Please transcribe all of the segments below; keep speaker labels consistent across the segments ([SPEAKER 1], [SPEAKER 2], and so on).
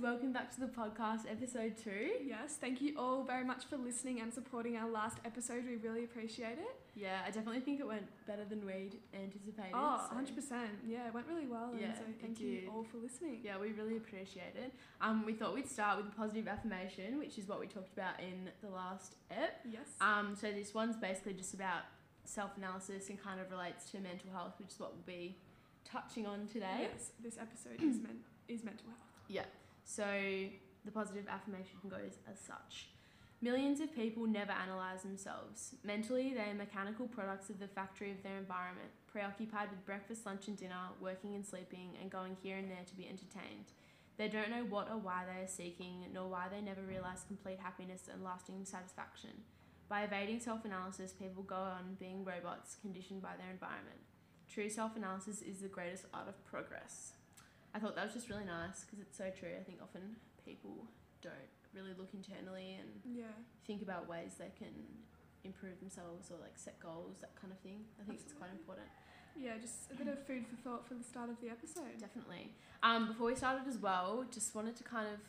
[SPEAKER 1] welcome back to the podcast, episode two.
[SPEAKER 2] Yes, thank you all very much for listening and supporting our last episode. We really appreciate it.
[SPEAKER 1] Yeah, I definitely think it went better than we'd anticipated.
[SPEAKER 2] Oh,
[SPEAKER 1] so-
[SPEAKER 2] 100%. Yeah, it went really well.
[SPEAKER 1] Yeah,
[SPEAKER 2] and so
[SPEAKER 1] it
[SPEAKER 2] thank you
[SPEAKER 1] did.
[SPEAKER 2] all for listening.
[SPEAKER 1] Yeah, we really appreciate it. Um, we thought we'd start with a positive affirmation, which is what we talked about in the last ep.
[SPEAKER 2] Yes.
[SPEAKER 1] Um, so this one's basically just about self-analysis and kind of relates to mental health, which is what we'll be touching on today.
[SPEAKER 2] Yes, this episode is, men- is mental health.
[SPEAKER 1] So the positive affirmation goes as such. Millions of people never analyze themselves. Mentally, they are mechanical products of the factory of their environment, preoccupied with breakfast, lunch, and dinner, working and sleeping, and going here and there to be entertained. They don't know what or why they are seeking, nor why they never realize complete happiness and lasting satisfaction. By evading self analysis, people go on being robots conditioned by their environment. True self analysis is the greatest art of progress. I thought that was just really nice because it's so true. I think often people don't really look internally and
[SPEAKER 2] Yeah.
[SPEAKER 1] think about ways they can improve themselves or like set goals, that kind of thing. I think it's quite
[SPEAKER 2] Absolutely.
[SPEAKER 1] important.
[SPEAKER 2] Yeah, just a bit of food for thought for the start of the episode.
[SPEAKER 1] Definitely. Um, before we started as well, just wanted to kind of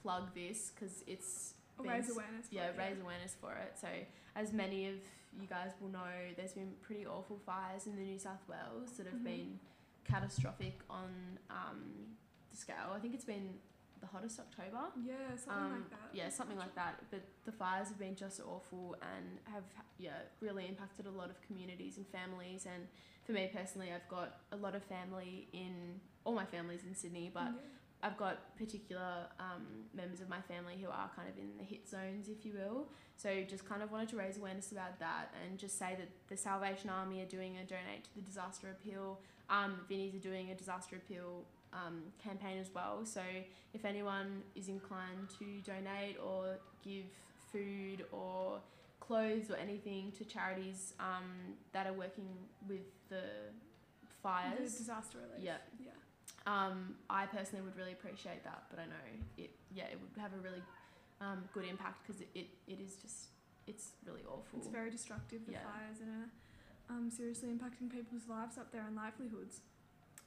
[SPEAKER 1] plug this because it's
[SPEAKER 2] Or
[SPEAKER 1] been
[SPEAKER 2] raise
[SPEAKER 1] s-
[SPEAKER 2] awareness. for
[SPEAKER 1] yeah,
[SPEAKER 2] it,
[SPEAKER 1] raise awareness for it. So, as many of you guys will know, there's been pretty awful fires in the New South Wales that have
[SPEAKER 2] Mhm.
[SPEAKER 1] been catastrophic on um, the scale. I think it's been the hottest October.
[SPEAKER 2] Yeah, something
[SPEAKER 1] Um,
[SPEAKER 2] like that.
[SPEAKER 1] Yeah, something like that. But the fires have been just awful and have yeah really impacted a lot of communities and families. And for me personally, I've got a lot of family in all my families in Sydney, but
[SPEAKER 2] Yeah.
[SPEAKER 1] I've got particular um, members of my family who are kind of in the hit zones, if you will. So just kind of wanted to raise awareness about that and just say that the Salvation Army are doing a donate to the disaster appeal. Um, Vinnies are doing a disaster appeal um, campaign as well. So if anyone is inclined to donate or give food or clothes or anything to charities um, that are working with the
[SPEAKER 2] The
[SPEAKER 1] fires,
[SPEAKER 2] disaster relief.
[SPEAKER 1] Yeah.
[SPEAKER 2] Yeah.
[SPEAKER 1] um, I personally would really appreciate that, but I know it. Yeah, it would have a really um, good impact because it, it, it is just it's really awful.
[SPEAKER 2] It's very destructive, the
[SPEAKER 1] Yeah.
[SPEAKER 2] fires, and are um, seriously impacting people's lives up there and livelihoods.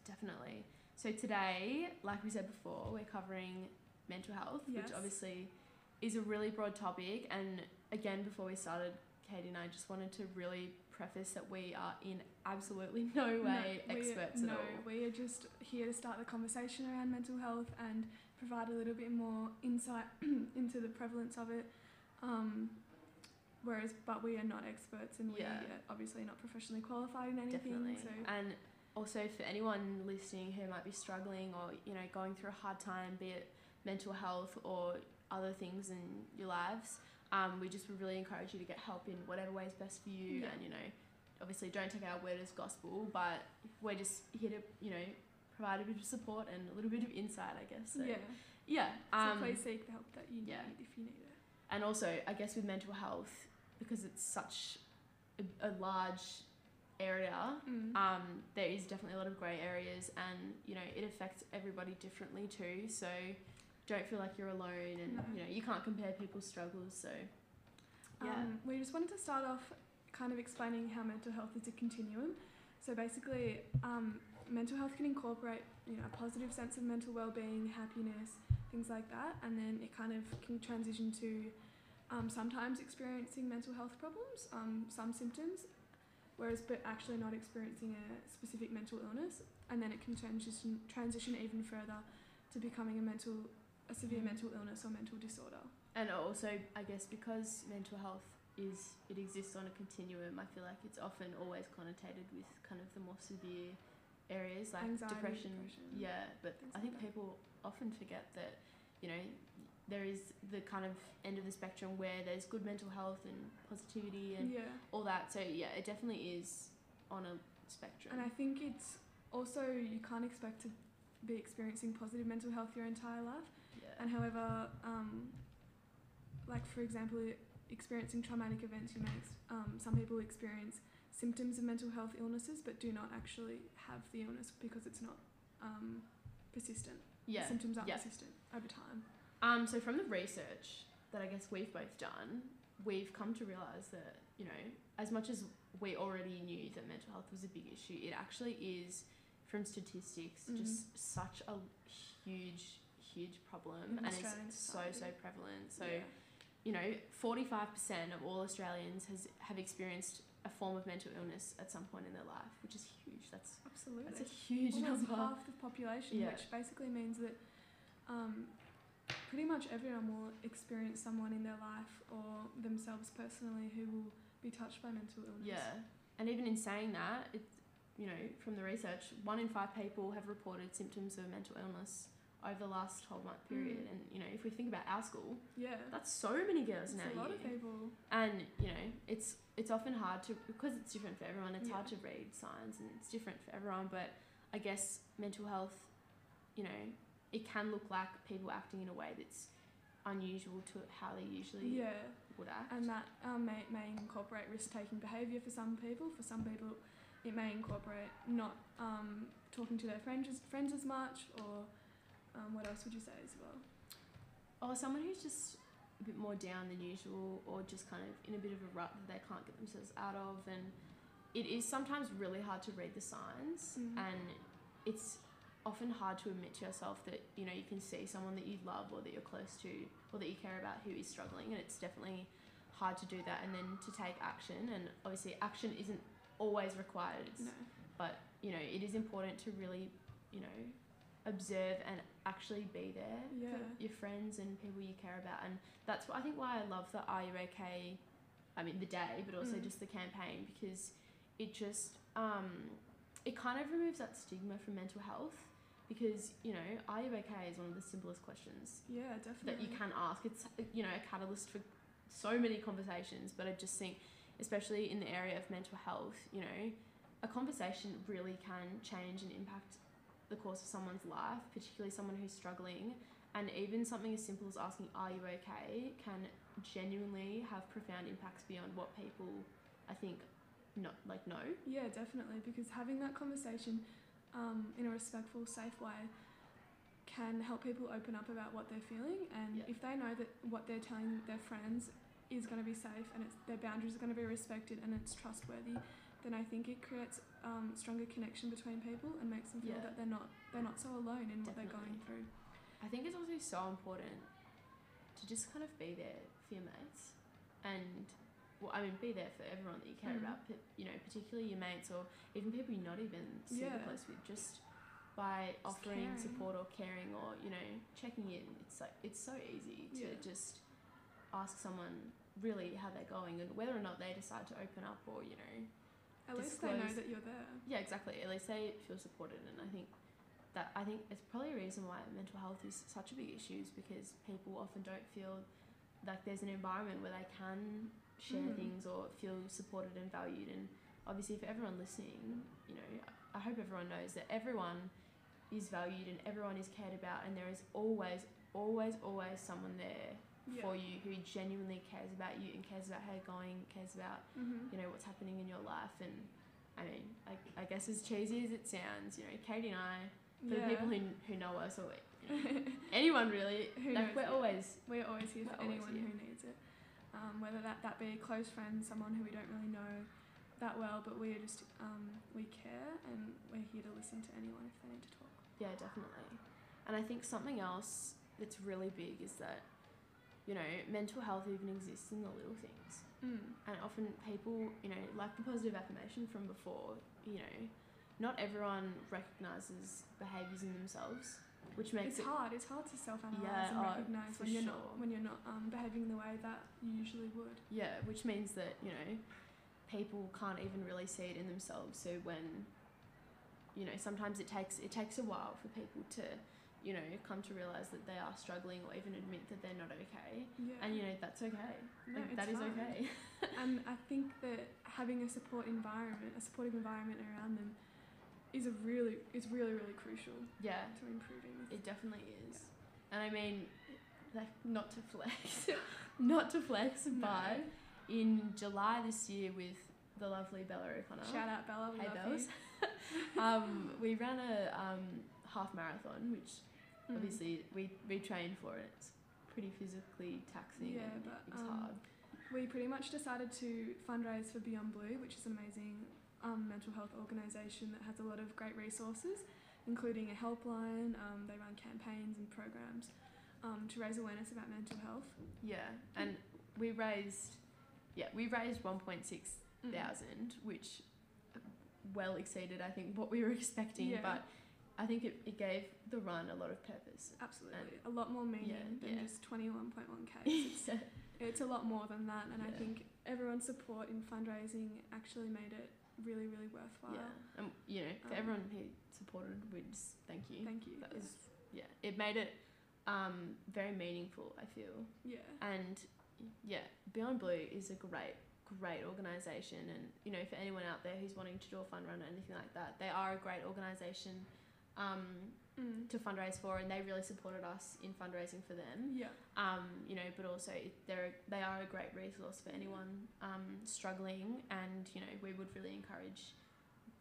[SPEAKER 1] Definitely. So today, like we said before, we're covering mental health,
[SPEAKER 2] Yes.
[SPEAKER 1] which obviously is a really broad topic. And again, before we started, Katie and I just wanted to really preface that we are in absolutely no way
[SPEAKER 2] No, we-
[SPEAKER 1] experts
[SPEAKER 2] no,
[SPEAKER 1] at all.
[SPEAKER 2] we are just here to start the conversation around mental health and provide a little bit more insight into the prevalence of it. Um, whereas, but we are not experts and we
[SPEAKER 1] Yeah.
[SPEAKER 2] are obviously not professionally qualified in anything.
[SPEAKER 1] Definitely.
[SPEAKER 2] So,
[SPEAKER 1] And also for anyone listening who might be struggling or you know going through a hard time, be it mental health or other things in your lives, um, we just would really encourage you to get help in whatever way is best for you.
[SPEAKER 2] Yeah.
[SPEAKER 1] And you know, obviously don't take our word as gospel, but we're just here to you know provide a bit of support and a little bit of insight, I guess. So,
[SPEAKER 2] yeah.
[SPEAKER 1] Yeah.
[SPEAKER 2] So
[SPEAKER 1] Um,
[SPEAKER 2] please seek the help that you need
[SPEAKER 1] yeah.
[SPEAKER 2] if you need it.
[SPEAKER 1] and also I guess with mental health because it's such a, a large area
[SPEAKER 2] Mm.
[SPEAKER 1] um, there is definitely a lot of grey areas and you know it affects everybody differently too so don't feel like you're alone and
[SPEAKER 2] No.
[SPEAKER 1] you know you can't compare people's struggles so yeah
[SPEAKER 2] Um, we just wanted to start off kind of explaining how mental health is a continuum. So basically, um, mental health can incorporate you know a positive sense of mental well-being, happiness, things like that, and then it kind of can transition to um, sometimes experiencing mental health problems, um, some symptoms, whereas but actually not experiencing a specific mental illness, and then it can transition transition even further to becoming a mental a severe mental illness or mental disorder.
[SPEAKER 1] and also I guess because mental health is it exists on a continuum I feel like it's often always connotated with kind of the more severe areas like
[SPEAKER 2] Anxiety,
[SPEAKER 1] depression,
[SPEAKER 2] depression,
[SPEAKER 1] yeah but
[SPEAKER 2] things
[SPEAKER 1] I
[SPEAKER 2] like
[SPEAKER 1] think
[SPEAKER 2] that.
[SPEAKER 1] people often forget that you know there is the kind of end of the spectrum where there's good mental health and positivity and
[SPEAKER 2] yeah.
[SPEAKER 1] all that. So yeah, it definitely is on a spectrum.
[SPEAKER 2] And I think it's also you can't expect to be experiencing positive mental health your entire life.
[SPEAKER 1] yeah.
[SPEAKER 2] And however, um, like for example, experiencing traumatic events, you may ex- um, some people experience symptoms of mental health illnesses, but do not actually have the illness because it's not um, persistent. The
[SPEAKER 1] yeah.
[SPEAKER 2] symptoms aren't
[SPEAKER 1] yeah.
[SPEAKER 2] persistent over time.
[SPEAKER 1] Um, so from the research that I guess we've both done, we've come to realize that you know, as much as we already knew that mental health was a big issue, it actually is, from statistics,
[SPEAKER 2] Mhm.
[SPEAKER 1] just such a huge, huge problem
[SPEAKER 2] In
[SPEAKER 1] and
[SPEAKER 2] Australian
[SPEAKER 1] it's so, so
[SPEAKER 2] society.
[SPEAKER 1] prevalent. So,
[SPEAKER 2] Yeah.
[SPEAKER 1] you know, 45% of all Australians has, have experienced a form of mental illness at some point in their life, which is huge. That's,
[SPEAKER 2] absolutely.
[SPEAKER 1] that's a huge
[SPEAKER 2] almost
[SPEAKER 1] number.
[SPEAKER 2] half the population,
[SPEAKER 1] Yeah.
[SPEAKER 2] which basically means that um, pretty much everyone will experience someone in their life or themselves personally who will be touched by mental illness.
[SPEAKER 1] Yeah. And even in saying that, it's, you know, from the research, one in five people have reported symptoms of mental illness over the last 12 month period.
[SPEAKER 2] Mm.
[SPEAKER 1] And, you know, if we think about our school,
[SPEAKER 2] Yeah.
[SPEAKER 1] that's so many girls
[SPEAKER 2] It's
[SPEAKER 1] now.
[SPEAKER 2] a lot of
[SPEAKER 1] you.
[SPEAKER 2] people.
[SPEAKER 1] and you know it's it's often hard to because it's different for everyone it's
[SPEAKER 2] Yeah.
[SPEAKER 1] hard to read signs and it's different for everyone but i guess mental health you know it can look like people acting in a way that's unusual to how they usually
[SPEAKER 2] Yeah.
[SPEAKER 1] would act
[SPEAKER 2] And that um, may, may incorporate risk taking behaviour for some people. For some people, it may incorporate not um, talking to their friends, as- friends as much, or um, what else would you say as well?
[SPEAKER 1] or Oh, someone who's just a bit more down than usual or just kind of in a bit of a rut that they can't get themselves out of and it is sometimes really hard to read the signs
[SPEAKER 2] Mhm.
[SPEAKER 1] and it's often hard to admit to yourself that you know you can see someone that you love or that you're close to or that you care about who is struggling and it's definitely hard to do that and then to take action and obviously action isn't always required It's-
[SPEAKER 2] No.
[SPEAKER 1] but you know it is important to really you know observe and actually be there
[SPEAKER 2] Yeah.
[SPEAKER 1] for your friends and people you care about and that's what i think why i love the are you okay i mean the day but also
[SPEAKER 2] Mm.
[SPEAKER 1] just the campaign because it just um, it kind of removes that stigma from mental health because you know are you okay is one of the simplest questions
[SPEAKER 2] Yeah, definitely.
[SPEAKER 1] that you can ask. It's you know a catalyst for so many conversations. But I just think, especially in the area of mental health, you know, a conversation really can change and impact the course of someone's life, particularly someone who's struggling. And even something as simple as asking, "Are you okay?" can genuinely have profound impacts beyond what people, I think, not like know.
[SPEAKER 2] Yeah, definitely, because having that conversation um, in a respectful, safe way can help people open up about what they're feeling. And
[SPEAKER 1] Yeah.
[SPEAKER 2] if they know that what they're telling their friends is going to be safe and it's, their boundaries are going to be respected and it's trustworthy, then I think it creates um, stronger connection between people and makes them feel
[SPEAKER 1] Yeah.
[SPEAKER 2] that they're not they're not so alone in what they're going
[SPEAKER 1] Definitely.
[SPEAKER 2] through.
[SPEAKER 1] I think it's also so important to just kind of be there for your mates and well, I mean, be there for everyone that you care
[SPEAKER 2] Mm.
[SPEAKER 1] about, but, you know, particularly your mates or even people you're not even super
[SPEAKER 2] Yeah.
[SPEAKER 1] close with, just by offering
[SPEAKER 2] caring.
[SPEAKER 1] support or caring or, you know, checking in. It's like, it's so easy to
[SPEAKER 2] Yeah.
[SPEAKER 1] just ask someone really how they're going and whether or not they decide to open up or, you know,
[SPEAKER 2] At least they know
[SPEAKER 1] Disclose-
[SPEAKER 2] that you're there.
[SPEAKER 1] yeah, exactly. At least they feel supported, and I think that I think it's probably a reason why mental health is such a big issue is because people often don't feel like there's an environment where they can share
[SPEAKER 2] Mm.
[SPEAKER 1] things or feel supported and valued. And obviously, for everyone listening, you know, I hope everyone knows that everyone is valued and everyone is cared about, and there is always, always, always someone there
[SPEAKER 2] Yeah.
[SPEAKER 1] for you who genuinely cares about you and cares about how you're going, cares about
[SPEAKER 2] Mm-hmm.
[SPEAKER 1] you know what's happening in your life and I mean I, I guess as cheesy as it sounds you know Katie and I for the people who, who know us or you know, anyone really
[SPEAKER 2] Who
[SPEAKER 1] like
[SPEAKER 2] knows,
[SPEAKER 1] we're
[SPEAKER 2] yeah.
[SPEAKER 1] always
[SPEAKER 2] We're always here for
[SPEAKER 1] We're always
[SPEAKER 2] anyone
[SPEAKER 1] here.
[SPEAKER 2] who needs it, um, whether that, that be a close friend, someone who we don't really know that well, but we are just um, we care and we're here to listen to anyone if they need to talk.
[SPEAKER 1] yeah definitely and I think something else that's really big is that you know mental health even exists in the little things
[SPEAKER 2] Mm.
[SPEAKER 1] and often people you know like the positive affirmation from before you know not everyone recognizes behaviors in themselves which makes
[SPEAKER 2] It's
[SPEAKER 1] it
[SPEAKER 2] hard. It's hard to self-analyze
[SPEAKER 1] Yeah,
[SPEAKER 2] and
[SPEAKER 1] oh,
[SPEAKER 2] recognize
[SPEAKER 1] for
[SPEAKER 2] when you're
[SPEAKER 1] sure.
[SPEAKER 2] not when you're not um, behaving the way that you usually would.
[SPEAKER 1] Yeah, which means that, you know, people can't even really see it in themselves. So when you know, sometimes it takes it takes a while for people to, you know, come to realize that they are struggling or even admit that they're not okay.
[SPEAKER 2] Yeah.
[SPEAKER 1] And you know, that's okay.
[SPEAKER 2] No,
[SPEAKER 1] Like,
[SPEAKER 2] it's
[SPEAKER 1] that is
[SPEAKER 2] hard.
[SPEAKER 1] okay.
[SPEAKER 2] and I think that having a support environment, a supportive environment around them, is a really is really really crucial
[SPEAKER 1] yeah,
[SPEAKER 2] to improving.
[SPEAKER 1] it definitely is. And I mean, like not to flex, not to flex, but in July this year with the lovely Bella O'Connor.
[SPEAKER 2] Shout out Bella. We
[SPEAKER 1] Hey
[SPEAKER 2] love
[SPEAKER 1] Bells. um, we ran a um, half marathon, which
[SPEAKER 2] you. Mm.
[SPEAKER 1] obviously we, we trained for it. It's pretty physically taxing
[SPEAKER 2] Yeah,
[SPEAKER 1] and
[SPEAKER 2] but,
[SPEAKER 1] it's
[SPEAKER 2] um,
[SPEAKER 1] hard.
[SPEAKER 2] We pretty much decided to fundraise for Beyond Blue, which is an amazing um, mental health organisation that has a lot of great resources. including a helpline. Um, they run campaigns and programs um, to raise awareness about mental health.
[SPEAKER 1] Yeah, and we raised, yeah, we raised 1.6
[SPEAKER 2] Mm.
[SPEAKER 1] thousand, which uh, well exceeded I think what we were expecting.
[SPEAKER 2] Yeah.
[SPEAKER 1] But I think it, it gave the run a lot of purpose.
[SPEAKER 2] Absolutely, a lot more meaning than
[SPEAKER 1] yeah.
[SPEAKER 2] just twenty one point one k. It's,
[SPEAKER 1] Yeah.
[SPEAKER 2] it's a lot more than that, and I
[SPEAKER 1] Yeah.
[SPEAKER 2] think everyone's support in fundraising actually made it really, really worthwhile.
[SPEAKER 1] yeah, and you know, for
[SPEAKER 2] Um,
[SPEAKER 1] everyone who supported, we just thank you.
[SPEAKER 2] Thank you.
[SPEAKER 1] that
[SPEAKER 2] yeah.
[SPEAKER 1] was yeah, it made it um, very meaningful. I feel
[SPEAKER 2] yeah.
[SPEAKER 1] and yeah, Beyond Blue is a great great organization and you know for anyone out there who's wanting to do a fund run or anything like that they are a great organization um,
[SPEAKER 2] Mm.
[SPEAKER 1] to fundraise for, and they really supported us in fundraising for them.
[SPEAKER 2] Yeah.
[SPEAKER 1] Um, you know, but also it- they're they are a great resource for anyone um, struggling, and you know we would really encourage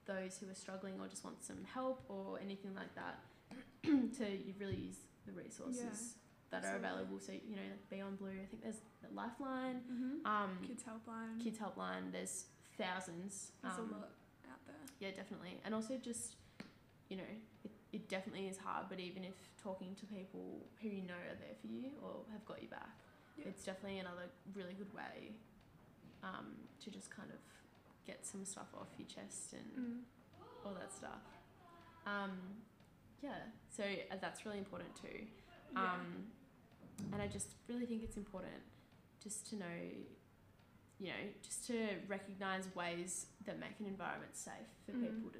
[SPEAKER 1] those who are struggling or just want some help or anything like that to really use the resources that are
[SPEAKER 2] absolutely.
[SPEAKER 1] available. So you know, like Beyond Blue, I think there's the Lifeline,
[SPEAKER 2] Mm-hmm.
[SPEAKER 1] um,
[SPEAKER 2] Kids Helpline.
[SPEAKER 1] Kids Helpline. There's thousands.
[SPEAKER 2] There's
[SPEAKER 1] um,
[SPEAKER 2] a lot out there.
[SPEAKER 1] yeah, definitely. And also just, you know, it, it definitely is hard, but even if talking to people who you know are there for you or have got you back,
[SPEAKER 2] Yeah.
[SPEAKER 1] it's definitely another really good way um, to just kind of get some stuff off your chest and
[SPEAKER 2] Mm.
[SPEAKER 1] all that stuff. Um, yeah, so uh, that's really important too.
[SPEAKER 2] Yeah.
[SPEAKER 1] Um, and I just really think it's important just to know, you know, just to recognize ways that make an environment safe for
[SPEAKER 2] Mm.
[SPEAKER 1] people to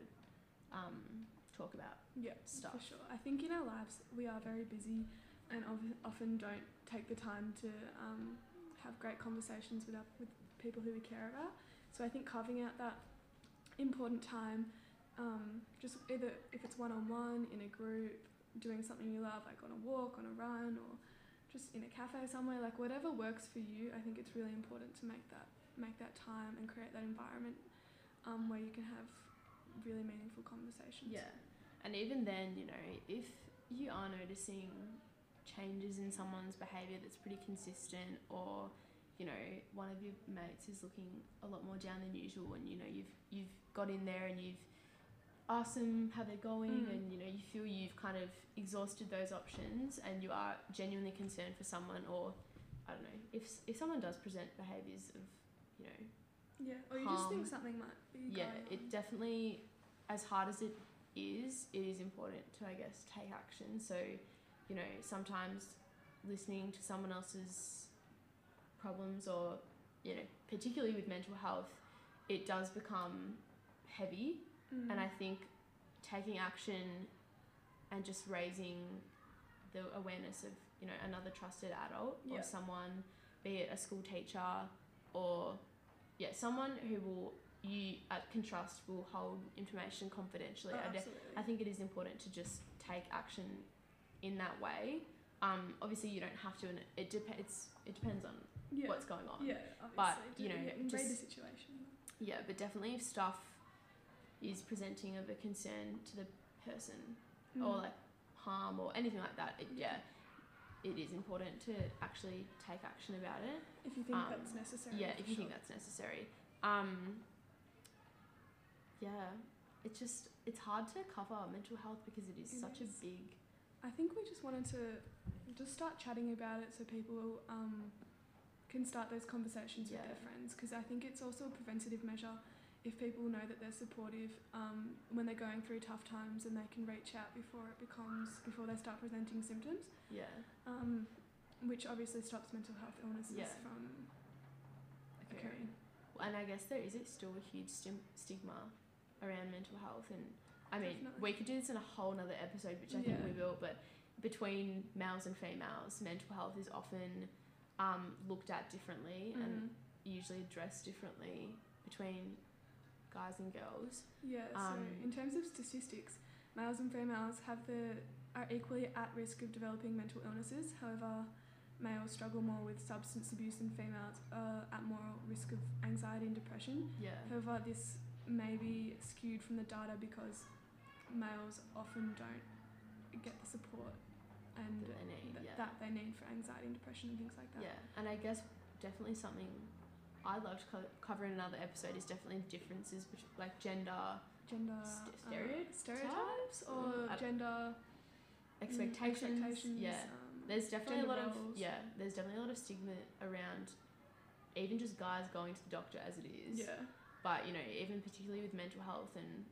[SPEAKER 1] um, talk about
[SPEAKER 2] Yeah,
[SPEAKER 1] stuff.
[SPEAKER 2] For sure. I think in our lives we are very busy and of- often don't take the time to um, have great conversations with, our, with people who we care about. So I think carving out that important time, um, just either if it's one on one, in a group, doing something you love, like on a walk, on a run, or just in a cafe somewhere, like whatever works for you, I think it's really important to make that make that time and create that environment um, where you can have really meaningful conversations.
[SPEAKER 1] Yeah. And even then, you know, if you are noticing changes in someone's behavior that's pretty consistent or you know one of your mates is looking a lot more down than usual and you know you've you've got in there and you've asked them how they're going
[SPEAKER 2] Mm.
[SPEAKER 1] and you know you feel you've kind of exhausted those options and you are genuinely concerned for someone or I don't know if s- if someone does present behaviors of you know
[SPEAKER 2] Yeah, or you just think
[SPEAKER 1] harm.
[SPEAKER 2] something might be
[SPEAKER 1] yeah,
[SPEAKER 2] going on.
[SPEAKER 1] it definitely, as hard as it is, it is important to, I guess, take action. So, you know, sometimes listening to someone else's problems or, you know, particularly with mental health, it does become heavy.
[SPEAKER 2] Mm.
[SPEAKER 1] And I think taking action and just raising the awareness of, you know, another trusted adult
[SPEAKER 2] Yeah.
[SPEAKER 1] or someone, be it a school teacher or, yeah, someone who will you uh, can trust will hold information confidentially.
[SPEAKER 2] Oh,
[SPEAKER 1] I, def-
[SPEAKER 2] absolutely.
[SPEAKER 1] I think it is important to just take action in that way. Um, obviously, you don't have to, and it, dep- it's, it depends on
[SPEAKER 2] yeah.
[SPEAKER 1] what's going on.
[SPEAKER 2] yeah,
[SPEAKER 1] but,
[SPEAKER 2] obviously,
[SPEAKER 1] you
[SPEAKER 2] do-
[SPEAKER 1] know,
[SPEAKER 2] yeah, and read the
[SPEAKER 1] just-
[SPEAKER 2] situation.
[SPEAKER 1] Yeah, but definitely if stuff is presenting of a concern to the person or
[SPEAKER 2] Mm.
[SPEAKER 1] like harm or anything like that, it, yeah, it is important to actually take action about it.
[SPEAKER 2] if you think
[SPEAKER 1] um,
[SPEAKER 2] that's necessary.
[SPEAKER 1] yeah,
[SPEAKER 2] for
[SPEAKER 1] if you think
[SPEAKER 2] sure.
[SPEAKER 1] that's necessary. Um, yeah, it's just it's hard to cover mental health because it is
[SPEAKER 2] It
[SPEAKER 1] such
[SPEAKER 2] is.
[SPEAKER 1] a big
[SPEAKER 2] I think we just wanted to just start chatting about it so people um, can start those conversations with their
[SPEAKER 1] Yeah.
[SPEAKER 2] friends because I think it's also a preventative measure if people know that they're supportive um, when they're going through tough times and they can reach out before it becomes before they start presenting symptoms.
[SPEAKER 1] yeah
[SPEAKER 2] um, which obviously stops mental health illnesses
[SPEAKER 1] Yeah.
[SPEAKER 2] from
[SPEAKER 1] occurring.
[SPEAKER 2] occurring.
[SPEAKER 1] And I guess there is still a huge stim- stigma around mental health, and I mean
[SPEAKER 2] Definitely.
[SPEAKER 1] we could do this in a whole nother episode, which I think we
[SPEAKER 2] Yeah.
[SPEAKER 1] will. But between males and females, mental health is often um, looked at differently
[SPEAKER 2] Mm-hmm. Mm.
[SPEAKER 1] and usually addressed differently between guys and girls.
[SPEAKER 2] yeah, so
[SPEAKER 1] um,
[SPEAKER 2] in terms of statistics, males and females have the are equally at risk of developing mental illnesses. However, males struggle more with substance abuse and females are at more risk of anxiety and depression.
[SPEAKER 1] Yeah,
[SPEAKER 2] However, this may be skewed from the data because males often don't get the support and
[SPEAKER 1] that they need,
[SPEAKER 2] th-
[SPEAKER 1] yeah.
[SPEAKER 2] that they need for anxiety and depression and things like that.
[SPEAKER 1] Yeah, and I guess definitely something I'd love to co- cover in another episode is definitely differences between like gender
[SPEAKER 2] gender
[SPEAKER 1] St-
[SPEAKER 2] uh,
[SPEAKER 1] stereotypes?
[SPEAKER 2] stereotypes
[SPEAKER 1] Mm, I
[SPEAKER 2] or
[SPEAKER 1] don't-
[SPEAKER 2] gender mm,
[SPEAKER 1] expectations.
[SPEAKER 2] expectations,
[SPEAKER 1] Yeah.
[SPEAKER 2] um,
[SPEAKER 1] There's definitely a lot
[SPEAKER 2] gender
[SPEAKER 1] of
[SPEAKER 2] roles.
[SPEAKER 1] yeah. There's definitely a lot of stigma around, even just guys going to the doctor as it is.
[SPEAKER 2] yeah
[SPEAKER 1] But you know, even particularly with mental health and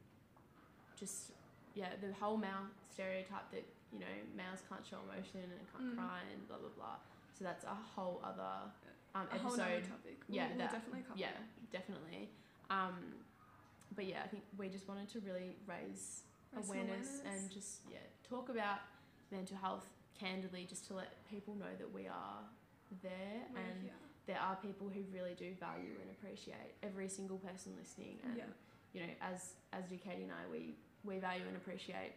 [SPEAKER 1] just yeah, the whole male stereotype that you know males can't show emotion and can't
[SPEAKER 2] Mm.
[SPEAKER 1] cry and blah blah blah. So that's a whole other um,
[SPEAKER 2] a whole
[SPEAKER 1] episode.
[SPEAKER 2] nother topic. We'll,
[SPEAKER 1] yeah,
[SPEAKER 2] we'll
[SPEAKER 1] that-
[SPEAKER 2] definitely cover.
[SPEAKER 1] yeah,
[SPEAKER 2] it.
[SPEAKER 1] definitely. Um, but yeah, I think we just wanted to really raise
[SPEAKER 2] Raise some
[SPEAKER 1] awareness, and just yeah talk about mental health candidly just to let people know that we are there
[SPEAKER 2] We're
[SPEAKER 1] and
[SPEAKER 2] here.
[SPEAKER 1] there are people who really do value and appreciate every single person listening and
[SPEAKER 2] Yeah.
[SPEAKER 1] you know as as do Katie and I we we value and appreciate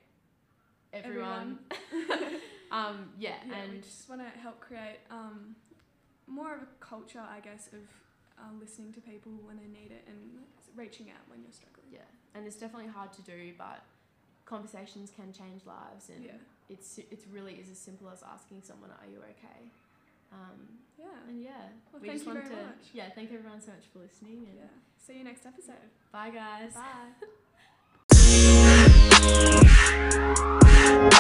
[SPEAKER 1] everyone,
[SPEAKER 2] Everyone.
[SPEAKER 1] um yeah,
[SPEAKER 2] yeah, we
[SPEAKER 1] and
[SPEAKER 2] just want to help create um, more of a culture, I guess, of uh, listening to people when they need it and reaching out when you're struggling.
[SPEAKER 1] yeah and it's definitely hard to do but conversations can change lives and
[SPEAKER 2] yeah,
[SPEAKER 1] it's it really is as simple as asking someone are you okay um
[SPEAKER 2] yeah.
[SPEAKER 1] And yeah,
[SPEAKER 2] Oh. Well,
[SPEAKER 1] we
[SPEAKER 2] thank
[SPEAKER 1] just
[SPEAKER 2] you
[SPEAKER 1] want
[SPEAKER 2] very
[SPEAKER 1] to
[SPEAKER 2] much.
[SPEAKER 1] yeah thank everyone so much for listening and
[SPEAKER 2] yeah. See you next episode.
[SPEAKER 1] bye guys.
[SPEAKER 2] Bye.